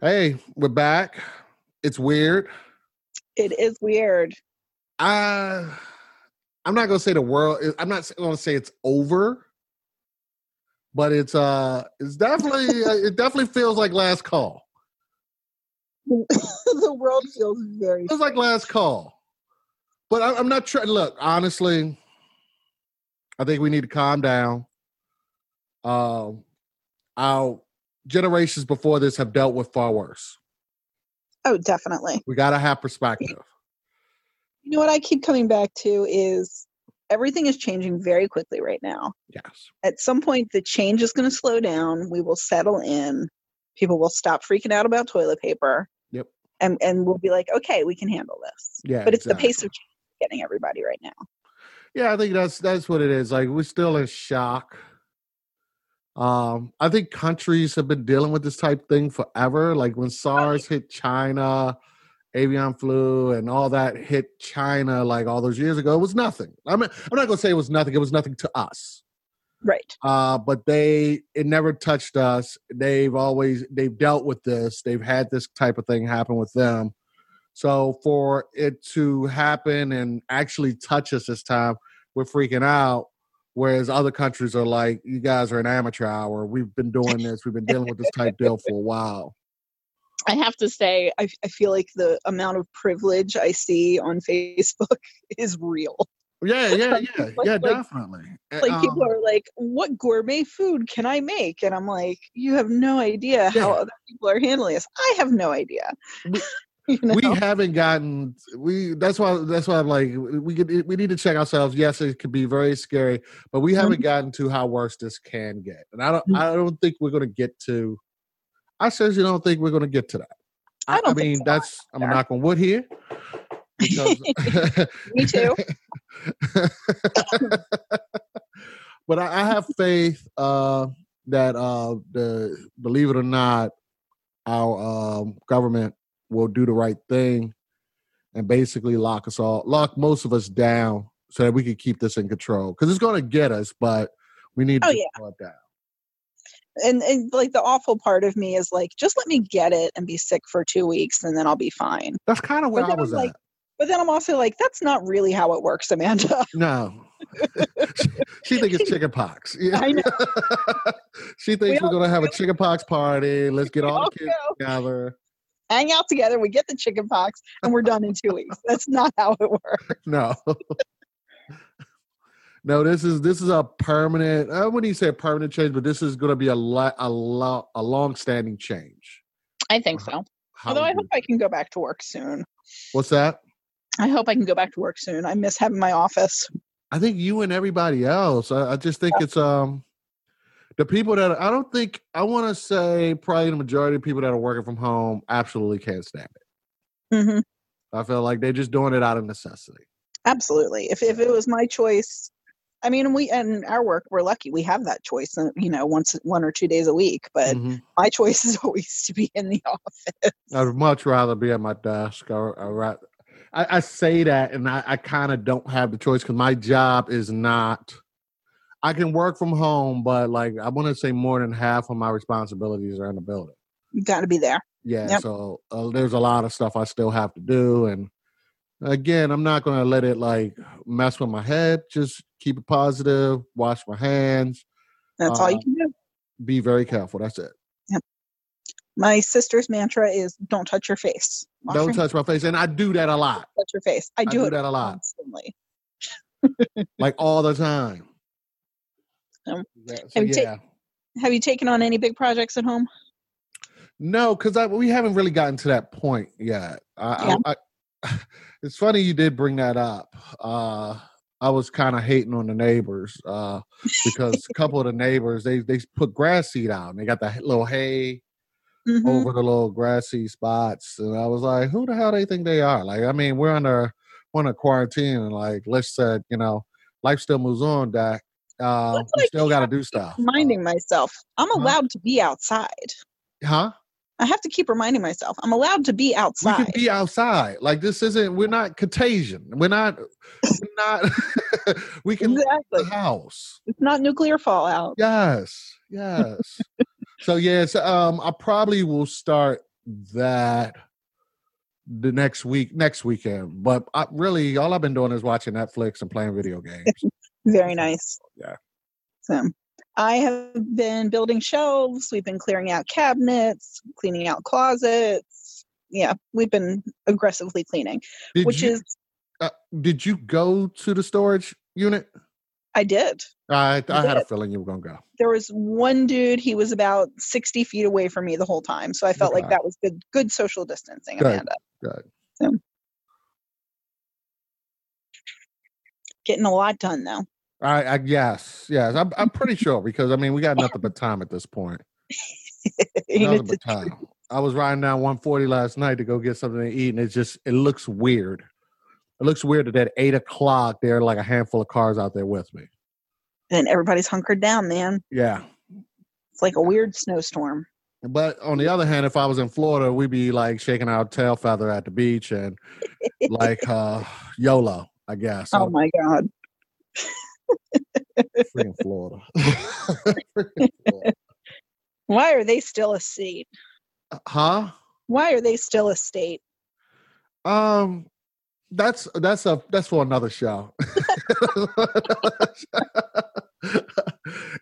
Hey, we're back. It's weird. It is weird. Uh, I'm not gonna say the world. I'm not gonna say it's over, but it's uh, it's definitely uh, it definitely feels like last call. the world feels very. It feels like last call. But I, I'm not trying. Look, honestly, I think we need to calm down. Um, our generations before this have dealt with far worse. Oh, definitely. We gotta have perspective. You know what I keep coming back to is everything is changing very quickly right now. Yes. At some point, the change is going to slow down. We will settle in. People will stop freaking out about toilet paper. Yep. And and we'll be like, okay, we can handle this. Yeah. But it's the pace exactly. of change getting everybody right now. Yeah, I think that's that's what it is. Like we're still in shock. Um, I think countries have been dealing with this type thing forever. Like when SARS hit China, avian flu, and all that hit China like all those years ago, it was nothing. I mean, I'm not gonna say it was nothing. It was nothing to us. Right. Uh, but they it never touched us. They've always they've dealt with this. They've had this type of thing happen with them. So for it to happen and actually touch us this time, we're freaking out. Whereas other countries are like, you guys are an amateur hour. We've been doing this. We've been dealing with this type deal for a while. I have to say, I, I feel like the amount of privilege I see on Facebook is real. Yeah, yeah, yeah, yeah, Like- definitely. Like Um, people are like, "What gourmet food can I make?" And I'm like, "You have no idea how Yeah. other people are handling this. I have no idea." you know? we haven't gotten we. That's why. That's why. I'm like, we could. We need to check ourselves. Yes, it could be very scary, but we haven't Mm-hmm. gotten to how worse this can get. And I don't. Mm. I don't think we're going to get to. I seriously don't think we're going to get to that. I don't think mean, so that's I'm either. a knock on wood here. because- Me too. but I, I have faith uh, that uh, the believe it or not, our um, government will do the right thing and basically lock us all, lock most of us down, so that we can keep this in control. Because it's going to get us, but we need Oh, to yeah. control it down. and and like the awful part of me is like just let me get it and be sick for two weeks and then i'll be fine That's kind of But where I then I'm was like- at. but then i'm also like that's not really how it works amanda No. she, she thinks it's chicken pox. Yeah. I know. she thinks We we are all- going to have a chicken pox party. Let's get We all all the kids go. together. hang out together we get the chicken pox and we're done in two weeks that's not how it works No. no, this is this is a permanent I wouldn't say a permanent change, but this is going to be a lot a lot a long-standing change. i think so How although we i do- hope i can go back to work soon What's that? i hope i can go back to work soon i miss having my office I think you and everybody else. I, I just think it's um the people that I don't think I want to say probably the majority of people that are working from home absolutely can't stand it. hmm I feel like they're just doing it out of necessity. absolutely if, if it was my choice i mean we and our work we're lucky we have that choice uh, you know once one or two days a week but Mhm. my choice is always to be in the office I'd much rather be at my desk. Or, or ra- I, I say that, and I, I kind of don't have the choice because my job is not. I can work from home, but like I want to say, more than half of my responsibilities are in the building. you got to be there Yeah, Yep. so uh, there's a lot of stuff I still have to do, and again, I'm not going to let it like mess with my head. Just keep it positive, wash my hands, That's all Uh, you can do. be very careful. That's it. My sister's mantra is don't touch your face. Wash Don't your hands, touch my face, and I do that a lot. touch your face. I I do, do it that a lot. constantly. like all the time. Um, Yeah, so and ta- yeah, Have you taken on any big projects at home? no, because we haven't really gotten to that point yet. I, Yeah. I, I, it's funny you did bring that up. Uh, I was kind of hating on the neighbors uh, because a couple of the neighbors they they put grass seed out and they got the h- little hay Mhm. over the little grassy spots, and I was like, who the hell they think they are? Like, I mean, we're under we're under quarantine, and like let's said, you know, life still moves on, Doc. Uh, That's we like still got to half- do stuff. Uh, Reminding myself, I'm huh? allowed to be outside. huh? I have to keep reminding myself, I'm allowed to be we outside. can be outside. Like this isn't. We're not contagion. We're not. We're not. we can leave exactly. the house. It's not nuclear fallout. Yes. Yes. so yes. Um. I probably will start that the next week, next weekend. But I, really, all I've been doing is watching Netflix and playing video games. Very nice. Yeah. So I have been building shelves. We've been clearing out cabinets, cleaning out closets. Yeah, we've been aggressively cleaning, Did which you, is uh, did you go to the storage unit? I did. I I had a did. feeling you were gonna go. There was one dude. He was about sixty feet away from me the whole time, so I felt like Okay. that was good. Good social distancing, Good, Amanda. good. So. Getting a lot done though. I, I yes, yes. I'm I'm pretty sure because I mean we got nothing but time at this point. Ain't Nothing it the but time. I was riding down 140 last night to go get something to eat, and it just it looks weird. It looks weird that at eight o'clock there are like a handful of cars out there with me. and everybody's hunkered down, man. Yeah, It's like a weird snowstorm. but on the other hand, if I was in Florida, we'd be like shaking our tail feather at the beach and like uh YOLO, I guess. oh my god. I'm freaking Florida. Freaking Florida. Why are they still a state? huh? Why are they still a state? Um, that's that's a that's for another show.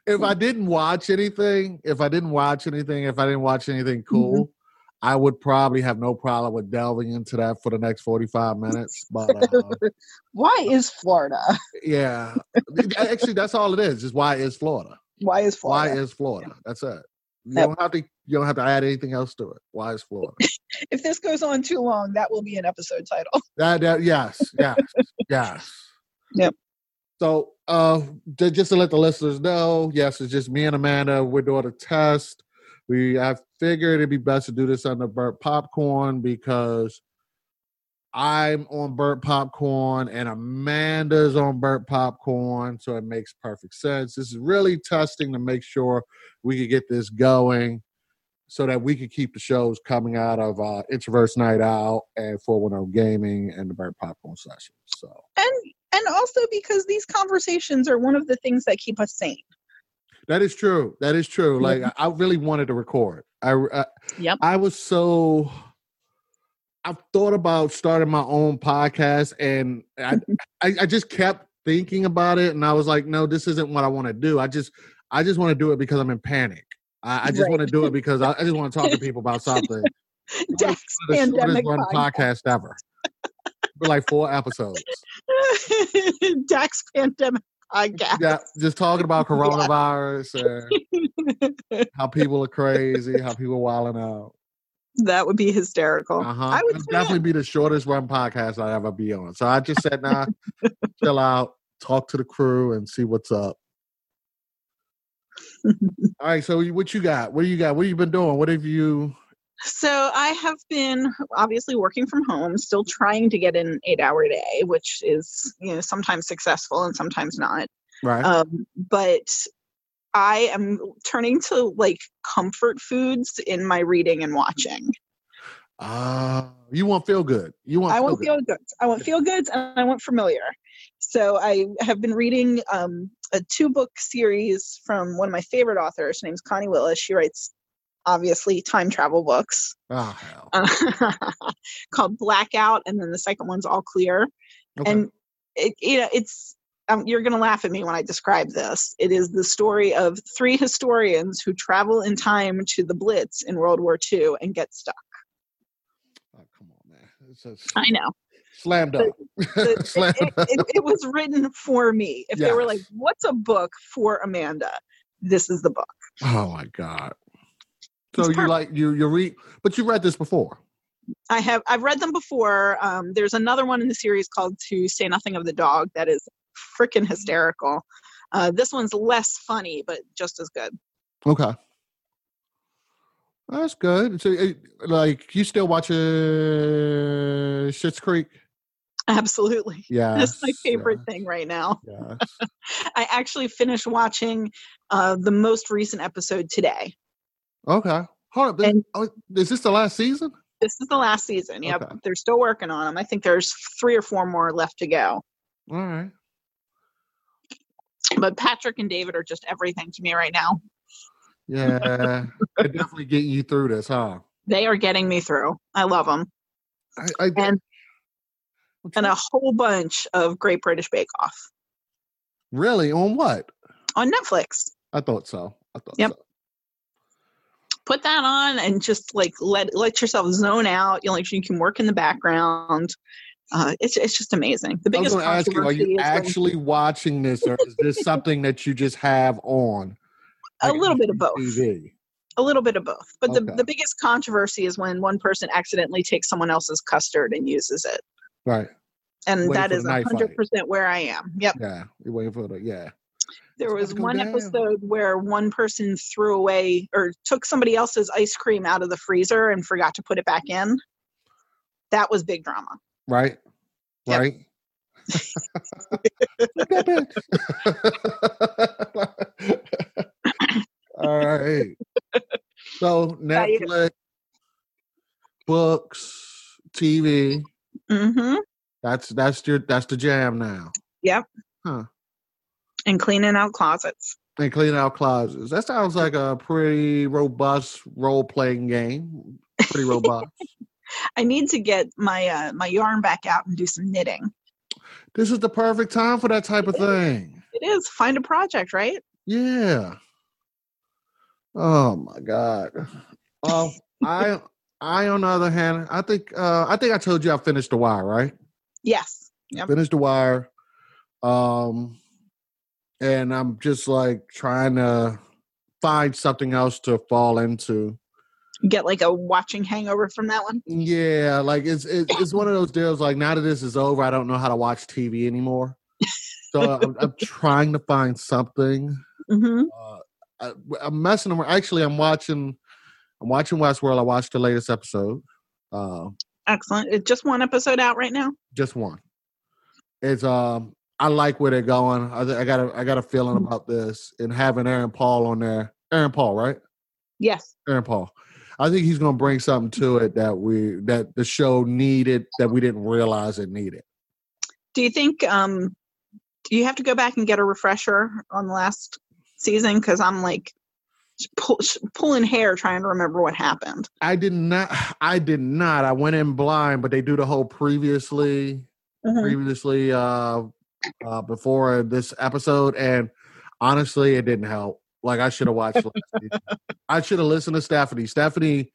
if I didn't watch anything, if I didn't watch anything, if I didn't watch anything cool, I would probably have no problem with delving into that for the next forty five minutes. But uh, Why is Florida? yeah, actually, that's all it is. Is why is Florida? Why is Florida? Why is Florida? That's it. You Yep. don't have to. You don't have to add anything else to it. Why is Florida? if this goes on too long, that will be an episode title. That, that yes, yes, yes. Yep. So, uh, ju- just to let the listeners know, yes, it's just me and Amanda. We're doing a test. We I figured it'd be best to do this under burnt popcorn because I'm on burnt popcorn and Amanda's on burnt popcorn, so it makes perfect sense. This is really testing to make sure we could get this going so that we could keep the shows coming out of uh, Introverts Night Out and 410 Gaming and the Burnt Popcorn Session. So, And and also because these conversations are one of the things that keep us sane. That is true. That is true. Yeah. Like I I really wanted to record. I, I Yep. I was so I've thought about starting my own podcast and I I, I just kept thinking about it and I was like, no, this isn't what I want to do. I just I just want to do it because I'm in panic. I, I just Right. want to do it because I, I just want to talk to people about something. Dex the pandemic shortest run podcast ever. But like four episodes. podcast. Dax pandemic podcast. Yeah, just talking about coronavirus and how people are crazy, how people are wilding out. That would be hysterical. Uh huh. I would It'll tune definitely be the shortest run podcast I'll ever be on. So I just said, nah, chill out, talk to the crew, and see what's up. All right. So you- what you got? What do you got? What have you been doing? What have you? So I have been obviously working from home, still trying to get in an eight-hour day, which is you know sometimes successful and sometimes not. Right. Um, but I am turning to like comfort foods in my reading and watching. Uh, you want feel good. You want. I want Oh, good. feel goods. I want feel goods, and I want familiar. So I have been reading um, a two-book series from one of my favorite authors. Her name's Connie Willis. She writes obviously time travel books. Oh, hell. uh, called Blackout, and then the second one's All Clear. Okay. And it, you know, it's um, you're going to laugh at me when I describe this. It is the story of three historians who travel in time to the Blitz in World War II and get stuck. Oh, come on, man. It's a s- I know. slam dunk. The- it, Slam it- dunk. it- it was written for me. If they were like, Yes. "What's a book for Amanda?" This is the book. Oh my god. It's So you perfect. like you you read, but you read this before. I have I've read them before. Um, there's another one in the series called "To Say Nothing of the Dog" that is Mm-hmm. freaking hysterical. Uh, this one's less funny, but just as good. Okay. That's good. So, it, like, you still watch uh, Schitt's Creek? Absolutely, Yeah, that's my favorite thing right now. Yeah. I actually finished watching uh, the most recent episode today. Okay. Hold up. This, And- oh, is this the last season? This is the last season. Yep, Okay. they're still working on them. I think there's three or four more left to go. All right. But Patrick and David are just everything to me right now. Yeah. They're definitely getting you through this, huh? They are getting me through. I love them. I, I And- And a whole bunch of Great British Bake Off really on what? on Netflix. I thought so. I thought Yep. so. Put that on and just like let let yourself zone out. You know, like you can work in the background. Uh, it's it's just amazing. The I was going biggest to ask you: Are controversy you is when- actually watching this, or is this something that you just have on? A like, little bit of on both. TV? a little bit of both. But the, Okay. the biggest controversy is when one person accidentally takes someone else's custard and uses it. Right. And Waiting that for the is knife fight. 100% where I am. Yep. Yeah. You're waiting for the yeah. There It's was about to go one down. episode where one person threw away or took somebody else's ice cream out of the freezer and forgot to put it back in. That was big drama. Right. Yep. Right. Fuck that bitch. All right. So you? Netflix, books, TV. Mm-hmm. That's that's your that's the jam now. And cleaning out closets. And clean out closets. That sounds like a pretty robust role playing game. Pretty robust. I need to get my uh, my yarn back out and do some knitting. this is the perfect time for that type of thing. It is find a project, right? Yeah. Oh my god. Well, I I on the other hand, I think uh I think I told you I finished the wire, right? Yes. Yep. Finished the wire. Um and I'm just like trying to find something else to fall into. Get like a watching hangover from that one. Yeah, like it's it's it's one of those deals like now that this is over, I don't know how to watch TV anymore. So I'm, I'm trying to find something Mm-hmm. uh, I, I'm messing around. Actually, I'm watching. I'm watching Westworld. I watched the latest episode. Uh, Excellent. It's just one episode out right now. just one. It's um. I like where they're going. I, th- I got a I got a feeling about this and having Aaron Paul on there. Aaron Paul, right? Yes. Aaron Paul. I think he's going to bring something to it that we that the show needed that we didn't realize it needed. Do you think um do you have to go back and get a refresher on the last season cuz I'm like sh- pull, sh- pulling hair trying to remember what happened. I did not. I did not. I went in blind, but they do the whole previously Mm-hmm. previously uh, uh before this episode and honestly it didn't help like i should have watched last season. i should have listened to stephanie stephanie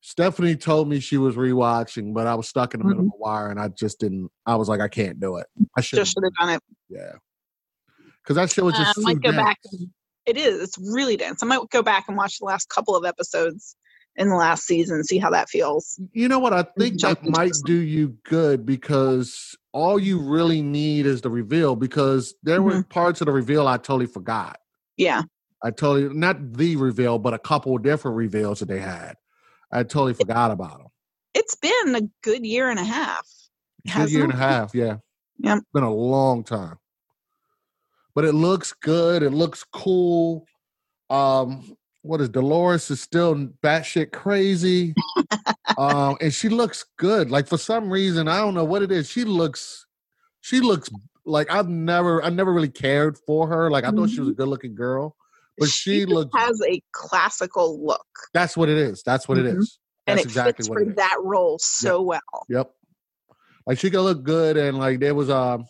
stephanie told me she was rewatching but i was stuck in the middle of the wire and i just didn't i was like i can't do it i should Mm-hmm. Just should have done it. yeah because that show was Uh, I just might too go back dense. It is. It's really dense. I might go back and watch the last couple of episodes in the last season see how that feels. you know what i think jump that into might something. do you good because all you really need is the reveal because there were parts of the reveal i totally forgot Yeah. I totally not the reveal, but a couple of different reveals that they had. I totally forgot about them. It's been a good year and a half. Two Hasn't year and a it? half, yeah. Yep. Been a long time. But it looks good. It looks cool. Um, what is Dolores is still batshit crazy. um, and she looks good. Like for some reason, I don't know what it is. She looks she looks like I've never I never really cared for her. Like I thought she was a good looking girl. But she Mm-hmm. just looks- has a classical look, That's what it is. That's what it Mhm. is. That's and it fits for it is. that role so well. Yep. Like she could look good, and like there was um,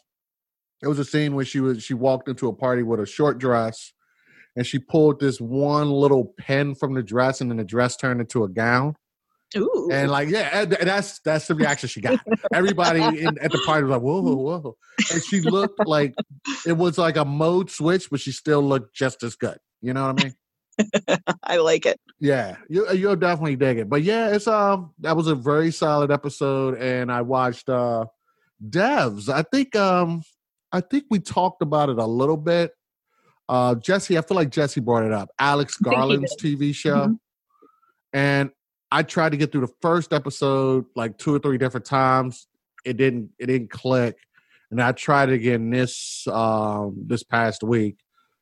there was a scene where she was she walked into a party with a short dress, and she pulled this one little pin from the dress, and then the dress turned into a gown. Ooh, And like yeah, and th- that's that's the reaction she got. Everybody in, at the party was like whoa whoa whoa, and she looked like it was like a mode switch, but she still looked just as good. You know what I mean? I like it. Yeah, you you'll definitely dig it. But yeah, it's um that was a very solid episode, and I watched uh Devs. I think um I think we talked about it a little bit. Uh Jesse, I feel like Jesse brought it up. Alex think he Garland's TV show, Mhm. and I tried to get through the first episode like two or three different times. It didn't it didn't click, and I tried it again this um this past week.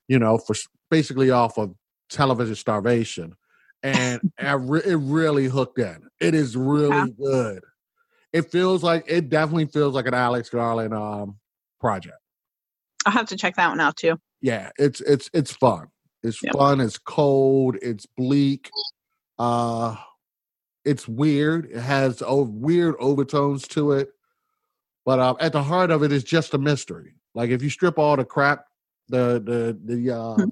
You know, for s- basically off of television starvation and I re- it really hooked in. It is really good. It feels like it definitely feels like an Alex Garland um project. I'll have to check that one out too. Yeah, it's it's it's fun. It's Yep. fun. It's cold. It's bleak. Uh, it's weird. It has o- weird overtones to it, but uh, at the heart of it is just a mystery. Like if you strip all the crap, the the the uh, Hmm.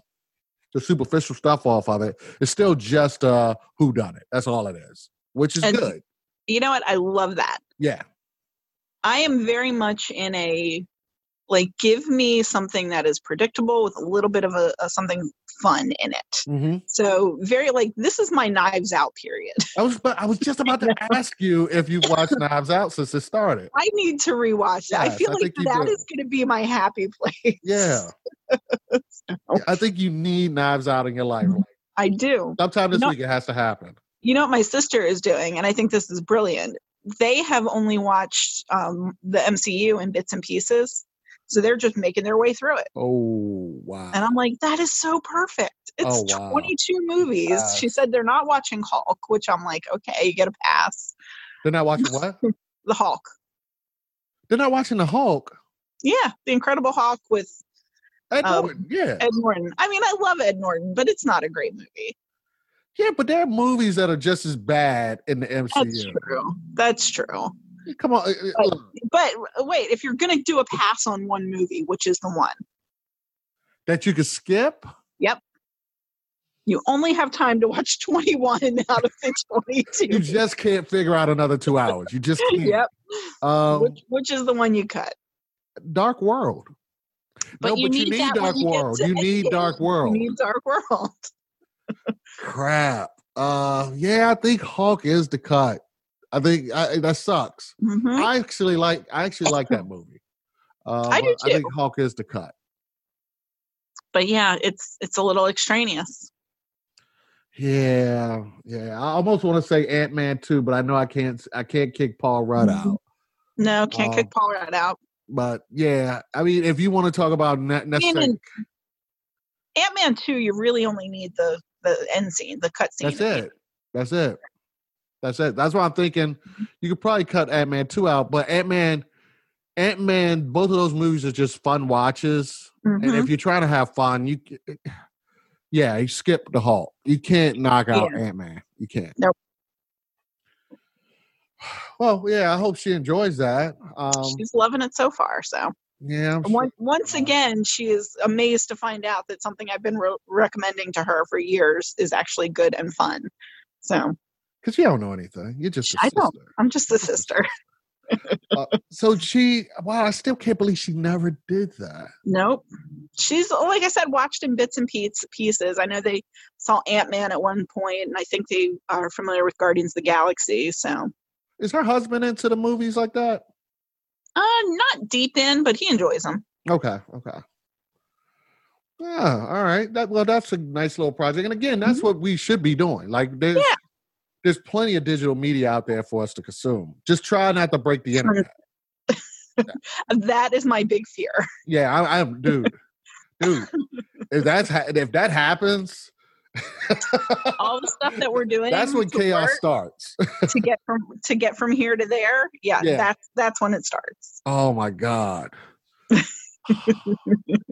the superficial stuff off of it, it's still just uh, who done it. That's all it is, which is And- good. You know what? I love that. Yeah, I am very much in a like give me something that is predictable with a little bit of a, a something fun in it. mm-hmm. So very like this is my knives out period. I was but I was just about to ask you if you've watched Knives Out since it started. I need to rewatch that. I Yes, feel I like think you that do. is going to be my happy place. Yeah, Yeah, I think you need Knives Out in your life. Like, I do. sometime this Mm-hmm. No. week it has to happen. You know what my sister is doing, and I think this is brilliant. They have only watched um, the MCU in bits and pieces, so they're just making their way through it. Oh wow! And I'm like, that is so perfect. It's Oh, wow. 22 movies. She Yes. said they're not watching Hulk, which I'm like, okay, you get a pass. They're not watching what? The Hulk. They're not watching the Hulk. Yeah, The Incredible Hulk with Ed Um, Norton, yeah, Ed Norton. I mean, I love Ed Norton, but it's not a great movie. yeah, but there are movies that are just as bad in the That's MCU. true. That's true. Come on, uh, uh, Like- look, But wait, if you're going to do a pass on one movie, which is the one, that you could skip. you only have time to watch 21 out of the 22. You just can't figure out another two hours. You just can't. yep. Um, which, which is the one you cut? Dark World. But no, you but you need need, that when Dark you get World. to You need it. Dark World. Need Dark World. Crap. Uh, yeah, I think Hulk is the cut. I think I, that sucks. Mhm. I actually like. I actually like that movie. Uh, I do but I think Hulk is the cut. but yeah, it's it's a little extraneous. Yeah, yeah. I almost want to say Ant Man too, but I know I can't. I can't kick Paul Rudd Mhm. out. No, can't Um, kick Paul Rudd out. But yeah, I mean, if you want to talk about ne- necessary, Ant Man two, you really only need the the end scene, the cut scene. that's it. That's it. That's it. That's why I'm thinking Mm-hmm. you could probably cut Ant Man two out. But Ant Man, Ant Man, both of those movies are just fun watches. Mhm. And if you're trying to have fun, you, c- eh, yeah, you skip the Hulk. You can't knock out Ant Man. You can't. Nope. Well, yeah, I hope she enjoys that. Um, She's loving it so far. So yeah, I'm sure- once, once uh, again, she is amazed to find out that something I've been re- recommending to her for years is actually good and fun. So cause you don't know anything. You're just a I don't. sister. I'm just a sister. So she, wow, I still can't believe she never did that. Nope. She's like I said, watched in bits and piece- pieces. I know they saw Ant Man at one point, and I think they are familiar with Guardians of the Galaxy. So Is her husband into the movies like that? Uh, not deep in, but he enjoys them. Okay, okay. Yeah, all right. That well, that's a nice little project. And again, that's Mhm. what we should be doing. Like there's Yeah. there's plenty of digital media out there for us to consume. Just try not to break the internet. That is my big fear. Yeah, I, I'm dude, dude. If that's ha- if that happens, All the stuff that we're doing. that's when to chaos work, starts. to get from to get from here to there. Yeah, Yeah. that's that's when it starts. Oh my god.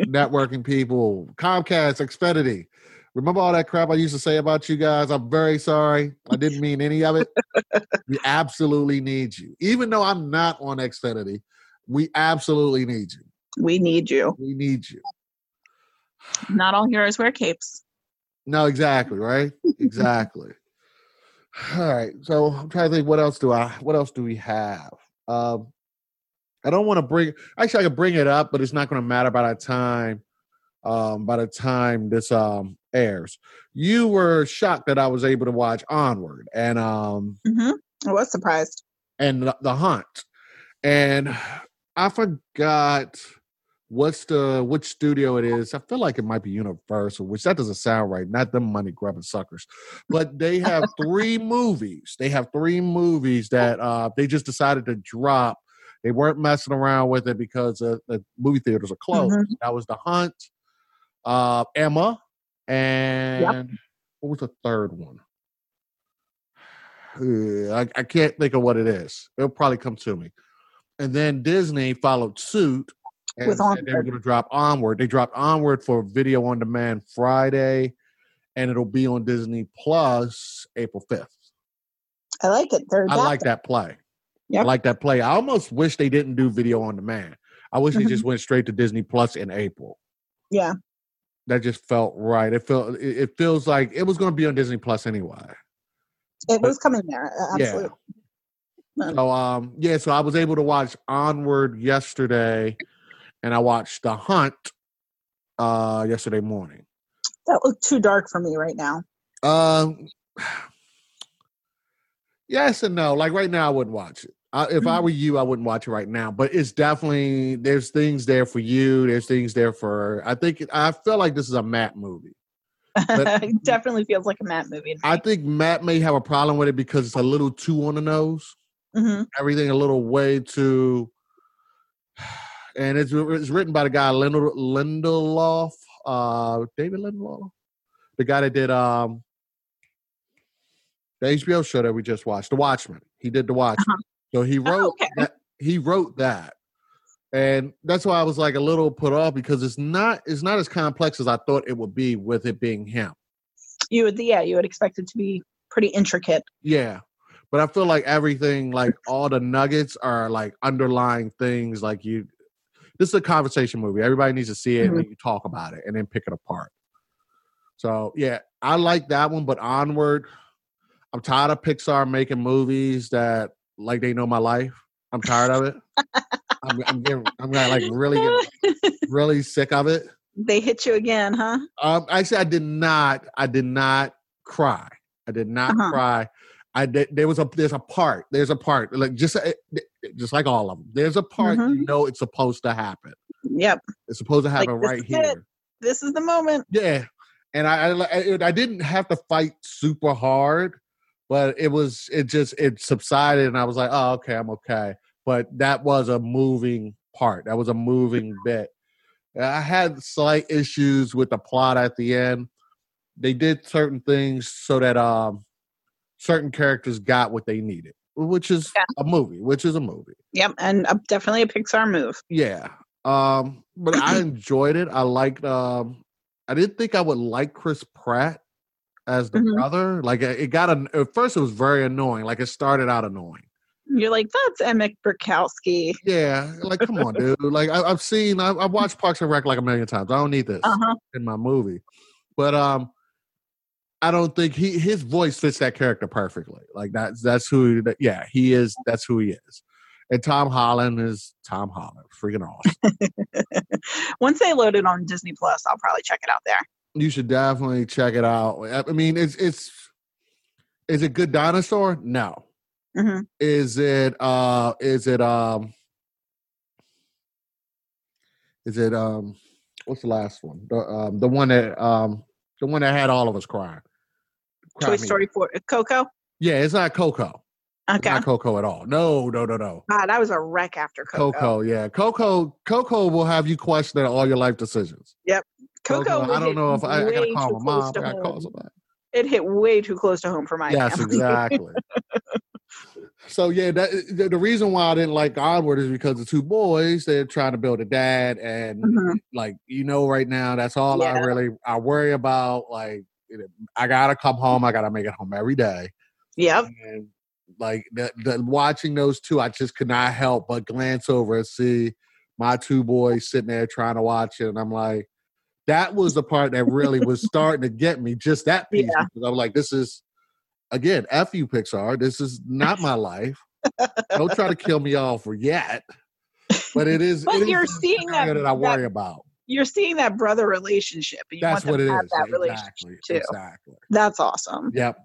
Networking people, Comcast, Xfinity. Remember all that crap I used to say about you guys? I'm very sorry. I didn't mean any of it. we absolutely need you. Even though I'm not on Xfinity, we absolutely need you. We need you. We need you. Not all heroes wear capes. No, exactly, right? exactly. All right. So I'm trying to think what else do I what else do we have? Um I don't want to bring actually I could bring it up, but it's not gonna matter by the time um by the time this um airs. You were shocked that I was able to watch Onward and um hmm I was surprised. and The- the hunt and i forgot what's the which studio it is i feel like it might be universal which that doesn't sound right not them money grabbing suckers but they have three movies they have three movies that uh they just decided to drop they weren't messing around with it because uh, the movie theaters are closed Mhm. that was the hunt uh emma and what was the third one uh, I, I can't think of what it is. It'll probably come to me. And then Disney followed suit and With said they were Onward. going to drop Onward. They dropped Onward for video on demand Friday, and it'll be on Disney Plus April fifth. I like it. They're I like adapting. that play. I Yep. like that play. I almost wish they didn't do video on demand. I wish they just went straight to Disney Plus in April. Yeah. That just felt right. It felt it it feels like it was going to be on Disney Plus anyway. It was coming there. uh, Yeah. Absolutely. So um yeah, so I was able to watch Onward yesterday and I watched The Hunt uh yesterday morning. That looked too dark for me right now. Um Yes and no. Like right now I wouldn't watch it. I, if I Mhm. were you, I wouldn't watch it right now. But it's definitely there's things there for you. There's things there for I think I feel like this is a Matt movie. But- it definitely feels like a Matt movie. I think Matt may have a problem with it because it's a little too on the nose. hmm everything a little way too. And it's it's written by the guy Lind- Lindelof, uh, David Lindelof, the guy that did um the HBO show that we just watched, The Watchmen. He did The Watchmen, so he wrote okay. that, he wrote that, and that's why I was like a little put off because it's not it's not as complex as I thought it would be with it being him. You would, yeah, you would expect it to be pretty intricate. Yeah. But I feel like everything, like all the nuggets are like underlying things. Like you, this is a conversation movie. Everybody needs to see it and then you talk about it and then pick it apart. So, yeah, I like that one. But Onward, I'm tired of Pixar making movies that like they know my life. I'm tired of it. I'm, I'm getting, I'm like really, getting, really sick of it. they hit you again, huh? Um, actually, I did not. I did not cry. I did not Uh-huh. cry. I did, there was a there's a part. There's a part like just uh, just like all of them. There's a part you know it's supposed to happen. Yep. It's supposed to Mm-hmm. happen Like, this right is here. it. This is the moment. Yeah, and I, I li- I I didn't have to fight super hard, but it was it just it subsided and I was like, oh okay, I'm okay. But that was a moving part. That was a moving bit. And I had slight issues with the plot at the end. They did certain things so that um certain characters got what they needed, which is Yeah. a movie, which is a movie. Yep. And uh, definitely a Pixar move. Yeah. Um, but I enjoyed it. I liked um I didn't think I would like Chris Pratt as the Mhm. brother. Like it it got an at first it was very annoying. Like it started out annoying. You're like, that's Emmett Burkowski. Yeah. Like, come on, dude. Like I, I've seen I, I've watched Parks and Rec like a million times. I don't need this Uh huh. in my movie. But um I don't think he his voice fits that character perfectly. Like that's that's who that- yeah, he is that's who he is. And Tom Holland is Tom Holland. Freaking awesome. Once they load it on Disney Plus, I'll probably check it out there. you should definitely check it out. I- I mean, it's it's is it good dinosaur? No. hmm Is it uh is it um is it um what's the last one? The um the one that um the one that had all of us crying. Toy Cry me. Story 4. Coco? Yeah, it's not Coco. It's Okay. not Coco at all. No, no, no, no. God, I was a wreck after Coco. Coco, Coco, yeah. Coco Coco will have you question all your life decisions. was I don't it know if I, I way gotta call too my close mom. to I gotta home. call somebody. It hit way too close to home for my yes, family. exactly. so yeah, that, the, the reason why I didn't like Onward is because the two boys they're trying to build a dad, and Mhm. like you know, right now that's all I Yeah. really I worry about. Like you know, I gotta come home, I gotta make it home every day, Yep. and like the, the, watching those two, I just could not help but glance over and see my two boys sitting there trying to watch it, and I'm like. That was the part that really was starting to get me. Just that piece, Yeah. because I'm like, this is again, F you, Pixar. This is not my life. Don't try to kill me off for yet. But it is. But it is you're the seeing scenario that- that I worry about. You're seeing that brother relationship. And you That's want what them it to is. have that exactly. relationship too. Exactly. That's awesome. Yep.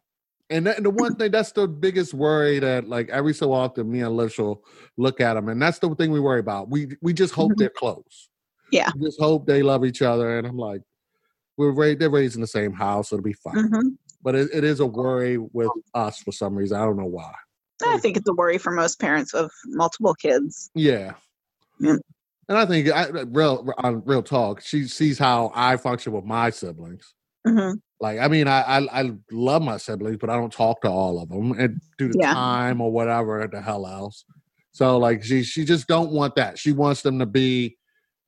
And, that, and the one thing that's the biggest worry that like every so often me and Lish will look at them, and that's the thing we worry about. We we just hope Mhm. they're close. Yeah. We just hope they love each other, and I'm like, we're ra- they're raised in the same house, it'll be fine. hmm But it, it is a worry with us for some reason. I don't know why. I think it's a worry for most parents of multiple kids. Yeah. Yeah. And I think I, real on real talk, she sees how I function with my siblings. hmm Like, I mean, I, I I love my siblings, but I don't talk to all of them, and due to Yeah. time or whatever the hell else. So like, she she just don't want that. She wants them to be,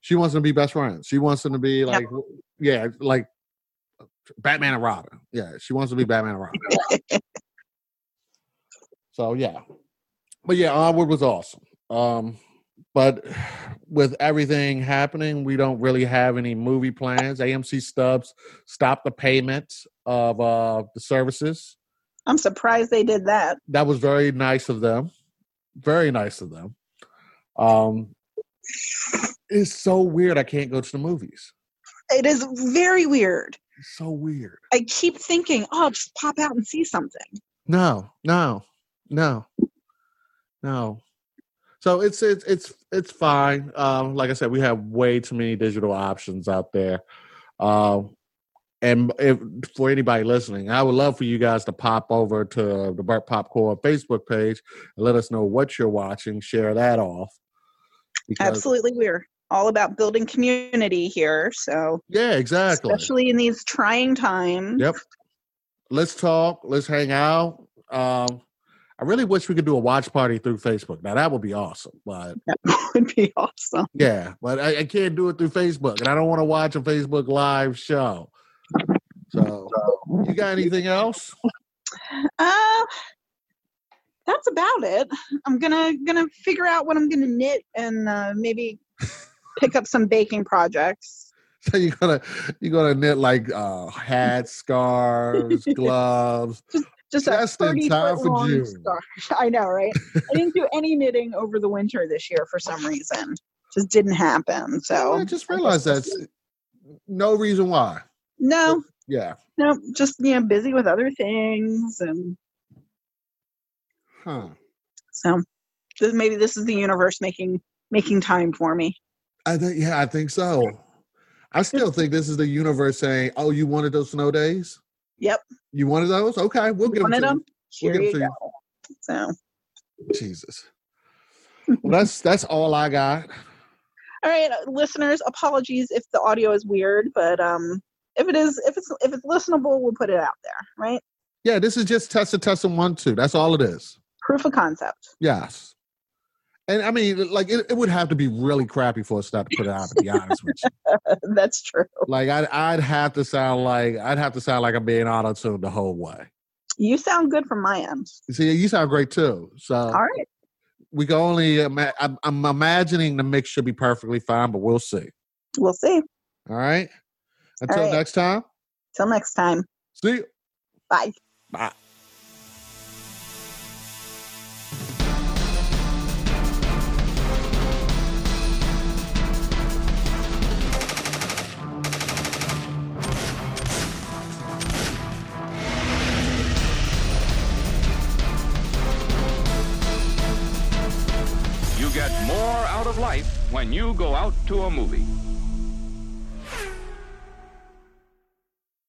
she wants them to be best friends. She wants them to be like, w- yeah, like Batman and Robin. Yeah, she wants to be Batman and Robin. So yeah, but yeah, Onward was awesome. Um, but with everything happening, we don't really have any movie plans. AMC Stubs stopped the payment of uh, the services. I'm surprised they did that. That was very nice of them. Very nice of them. Um, it's so weird. I can't go to the movies. It is very weird. It's so weird. I keep thinking, oh, I'll just pop out and see something. No, no, no, no. So it's it's it's it's fine. Um, like I said, we have way too many digital options out there. Um, and if, for anybody listening, I would love for you guys to pop over to the Burt Popcorn Facebook page and let us know what you're watching. Share that off. because- Absolutely, we're all about building community here. So, Yeah, exactly. especially in these trying times. Yep. Let's talk. Let's hang out. Um, I really wish we could do a watch party through Facebook. Now that would be awesome, but That would be awesome. yeah, but I, I can't do it through Facebook, and I don't want to watch a Facebook live show. So, you got anything else? Uh, that's about it. I'm gonna gonna figure out what I'm gonna knit and uh, maybe pick up some baking projects. So you're gonna you're gonna knit like uh, hats, scarves, gloves. Just Just a in 30 time foot for long June. scarf. I know, right? I didn't do any knitting over the winter this year for some reason. Just didn't happen. So I just realized that's no reason why. no, Yeah. no, just you know, busy with other things, and Huh. so this, maybe this is the universe making making time for me. I think yeah, I think so. I still think this is the universe saying, "Oh, you wanted those snow days? Yep. You wanted those? Okay, we'll give One them of to them. We'll Here give you them go. So. you." Jesus. Well, that's that's all I got. All right, uh, listeners, apologies if the audio is weird, but um, if it is, if it's if it's listenable, we'll put it out there, right? Yeah, this is just test to test and one two. That's all it is. Proof of concept. Yes. And I mean, like, it, it would have to be really crappy for us not to put it out. To be honest with you, That's true. like, I'd I'd have to sound like I'd have to sound like I'm being auto tuned the whole way. You sound good from my end. See, you sound great too. So All right, we can only ima- I'm, I'm imagining the mix should be perfectly fine, but we'll see. we'll see. All right. Until right. next time. Till next time. See you. Bye. Bye. You get more out of life when you go out to a movie.